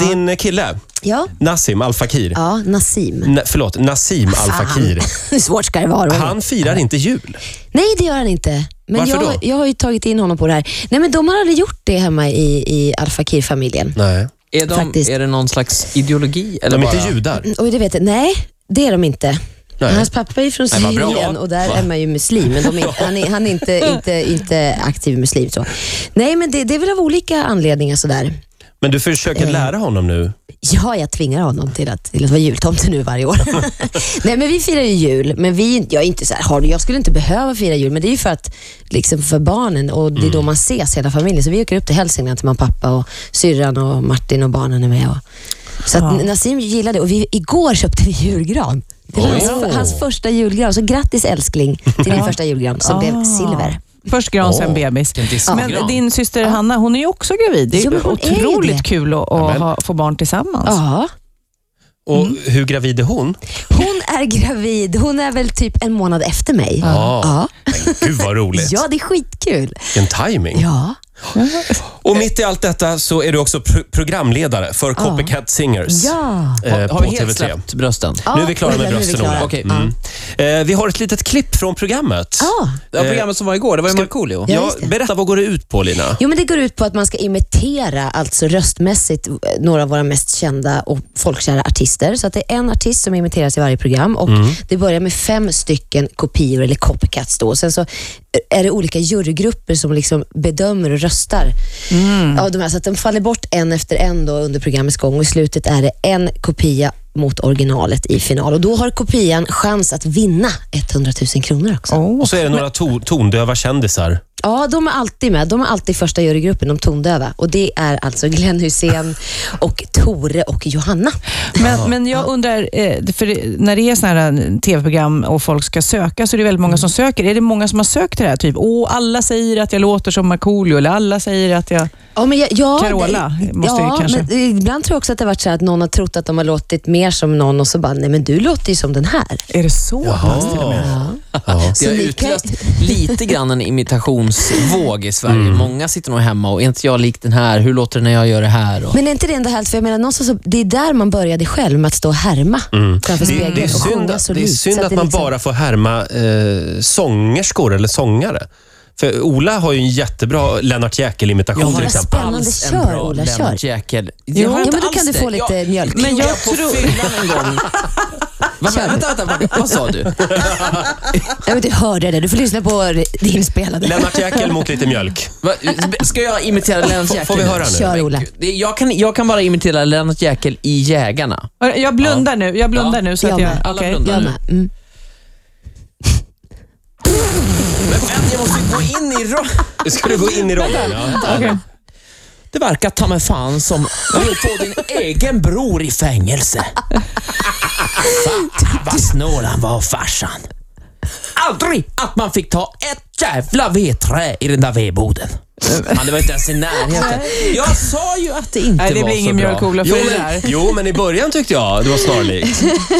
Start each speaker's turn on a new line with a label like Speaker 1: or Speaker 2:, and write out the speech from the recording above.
Speaker 1: Din kille,
Speaker 2: Ja,
Speaker 1: Nassim Al Fakir.
Speaker 2: ja Nassim.
Speaker 1: Na, förlåt, Nassim Al Fakir.
Speaker 2: Fan. Hur svårt ska det vara?
Speaker 1: Han firar inte jul.
Speaker 2: Nej, det gör han inte. Men
Speaker 1: Varför
Speaker 2: jag,
Speaker 1: då?
Speaker 2: jag har ju tagit in honom på det här. Nej, men de har aldrig gjort det hemma i, i Al Fakir-familjen.
Speaker 1: Nej.
Speaker 3: Är, de,
Speaker 2: Faktiskt.
Speaker 3: är det någon slags ideologi? Eller
Speaker 1: De är
Speaker 3: bara?
Speaker 1: inte judar.
Speaker 2: Och det vet jag, nej, det är de inte.
Speaker 1: Nej.
Speaker 2: Hans pappa är ju från
Speaker 3: Nej, vad bra.
Speaker 2: Syrien och där är man ju muslim, men de är, han är, han är inte, inte, inte aktiv muslim. Så. Nej, men det, det är väl av olika anledningar sådär.
Speaker 1: Men du försöker
Speaker 2: Mm.
Speaker 1: lära honom nu.
Speaker 2: Ja, jag tvingar honom till att, till att vara jultomte nu varje år. Nej, men vi firar ju jul, men vi, jag, är inte så här, har du, jag skulle inte behöva fira jul, men det är ju för, att, liksom för barnen och det är då man ses hela familjen. Så vi åker upp till Hälsingland till mamma, pappa och syrran och Martin och barnen är med. Och, så att Nassim gillade det och vi, igår köpte vi julgran. Det var hans, hans första julgran, så grattis älskling till din första julgran som blev silver.
Speaker 4: Ah. Först gran, sen
Speaker 1: Åh,
Speaker 4: bebis.
Speaker 3: vilken diskgran.
Speaker 4: Men din syster Hanna, hon är ju också gravid. Det är
Speaker 2: Ja, men
Speaker 4: ju
Speaker 2: hon är ju
Speaker 4: otroligt
Speaker 2: det.
Speaker 4: kul att, att ha, få barn tillsammans.
Speaker 2: Ja.
Speaker 1: Och
Speaker 2: Mm.
Speaker 1: hur gravid är hon?
Speaker 2: Hon är gravid, hon är väl typ en månad efter mig.
Speaker 1: Ja. Men Gud vad roligt.
Speaker 2: Ja, det är skitkul.
Speaker 1: Vilken timing.
Speaker 2: Ja.
Speaker 1: Och mitt i allt detta så är du också pro- programledare för Copycat Singers
Speaker 2: Ja.
Speaker 1: eh,
Speaker 3: Har-
Speaker 1: på
Speaker 3: Har vi helt
Speaker 1: TV3.
Speaker 3: släppt brösten?
Speaker 2: Ja,
Speaker 1: Nu är vi klara
Speaker 2: nu är
Speaker 1: med
Speaker 2: vi
Speaker 1: brösten,
Speaker 2: klara.
Speaker 1: Ola.
Speaker 3: Okej.
Speaker 1: Mm. Eh, vi har ett litet klipp från programmet.
Speaker 2: Ja.
Speaker 3: Det var programmet som var igår, det var ju Markoolio.
Speaker 2: Ja,
Speaker 1: Ja,
Speaker 2: just det.
Speaker 1: berätta, vad går det ut på Lina?
Speaker 2: Jo, men det går ut på att man ska imitera, alltså röstmässigt, eh, några av våra mest kända och folkkära artister. Så att det är en artist som imiteras i varje program och det börjar med fem stycken kopior eller copycats då. Sen så eh, är det olika jurygrupper som liksom bedömer och röstar av de här. Så att de faller bort en efter en då under programmets gång och i slutet är det en kopia mot originalet i final. Och då har kopian chans att vinna 100 000 kronor också.
Speaker 1: Och så är det några to- tondöva kändisar.
Speaker 2: Ja, de är alltid med. De är alltid i första jurygruppen, de tondöva. Och det är alltså Glenn Hussein och Tore och Johanna.
Speaker 4: Men, men jag undrar, eh, för det- när det är såna här eh, tv-program och folk ska söka så är det väldigt många som söker. Är det många som har sökt till det här? Typ, åh, alla säger att jag låter som Markoolio eller alla säger att jag...
Speaker 2: Ja, men jag, ja,
Speaker 4: Carola
Speaker 2: det-
Speaker 4: måste ju
Speaker 2: ja,
Speaker 4: kanske-
Speaker 2: Men eh, ibland tror jag också att det har varit så här att någon har trott att de har låtit mer som någon och så bara, nej men du låter ju som den här.
Speaker 4: Är det så pass till och med?
Speaker 1: Ja.
Speaker 2: Så
Speaker 3: Det har
Speaker 2: ni kan-
Speaker 3: utlöst lite grann en imitationsvåg i Sverige.
Speaker 1: Mm.
Speaker 3: Många sitter nog hemma och, är inte jag lik den här? Hur låter det när jag gör det här? Och...
Speaker 2: Men är inte det ändå härligt? För jag menar, någonstans så, det är där man började själv med att stå och härma framför
Speaker 1: Mm. Det,
Speaker 2: spegeln
Speaker 1: det är
Speaker 2: och
Speaker 1: synd,
Speaker 2: sjunga
Speaker 1: att-
Speaker 2: så
Speaker 1: det är
Speaker 2: likt.
Speaker 1: synd
Speaker 2: Så
Speaker 1: att,
Speaker 2: det
Speaker 1: man
Speaker 2: liksom-
Speaker 1: bara får härma eh, sångerskor eller sångare. För Ola har ju en jättebra Lennart Jäkel-imitation
Speaker 2: Ja,
Speaker 1: till
Speaker 2: vad
Speaker 1: exempel.
Speaker 2: spännande.
Speaker 3: alls
Speaker 2: Kör,
Speaker 3: en bra
Speaker 2: Ola, kör.
Speaker 3: Lennart Jäkel.
Speaker 2: Jo,
Speaker 3: Jag har
Speaker 2: ja,
Speaker 3: inte
Speaker 2: men då
Speaker 3: alls
Speaker 2: kan du
Speaker 3: det.
Speaker 2: få lite
Speaker 3: jag,
Speaker 2: mjölk.
Speaker 3: Men
Speaker 2: Gjorde
Speaker 3: jag,
Speaker 2: jag
Speaker 3: på fyllan en gång. Vad, vänta, vänta, vänta, vad sa du?
Speaker 2: Jag vet inte, hörde det. Du får lyssna på det inspelade.
Speaker 1: Lennart Jäkel mot lite mjölk.
Speaker 3: Va, ska jag imitera Lennart Jäkel?
Speaker 1: får vi
Speaker 3: nu?
Speaker 1: höra nu?
Speaker 2: Kör Ola.
Speaker 3: Det- Jag kan, jag kan bara imitera Lennart Jäkel i Jägarna.
Speaker 4: Jag blundar nu. Jag blundar
Speaker 3: Ja.
Speaker 4: nu så
Speaker 2: Jag
Speaker 4: att jag...
Speaker 2: med.
Speaker 3: Alla
Speaker 4: okej.
Speaker 3: blundar.
Speaker 2: Jag med. Mm.
Speaker 3: Men vänta, jag måste gå in i rollen.
Speaker 1: Ska du gå in i rollen? Ja.
Speaker 4: Okej.
Speaker 3: Det verkar ta mig fan som du vill få din egen bror i fängelse. Fan, vad snål han var farsan. Aldrig att man fick ta ett jävla vedträ i den där vedboden. Han, det var inte ens i närheten. Jag sa ju att det inte
Speaker 4: Nej, det
Speaker 3: var
Speaker 4: blir
Speaker 3: så
Speaker 4: ingen
Speaker 3: bra.
Speaker 4: mjölkola för
Speaker 1: Jo,
Speaker 4: det
Speaker 1: men,
Speaker 4: där.
Speaker 1: jo, men i början tyckte jag det var snarlikt.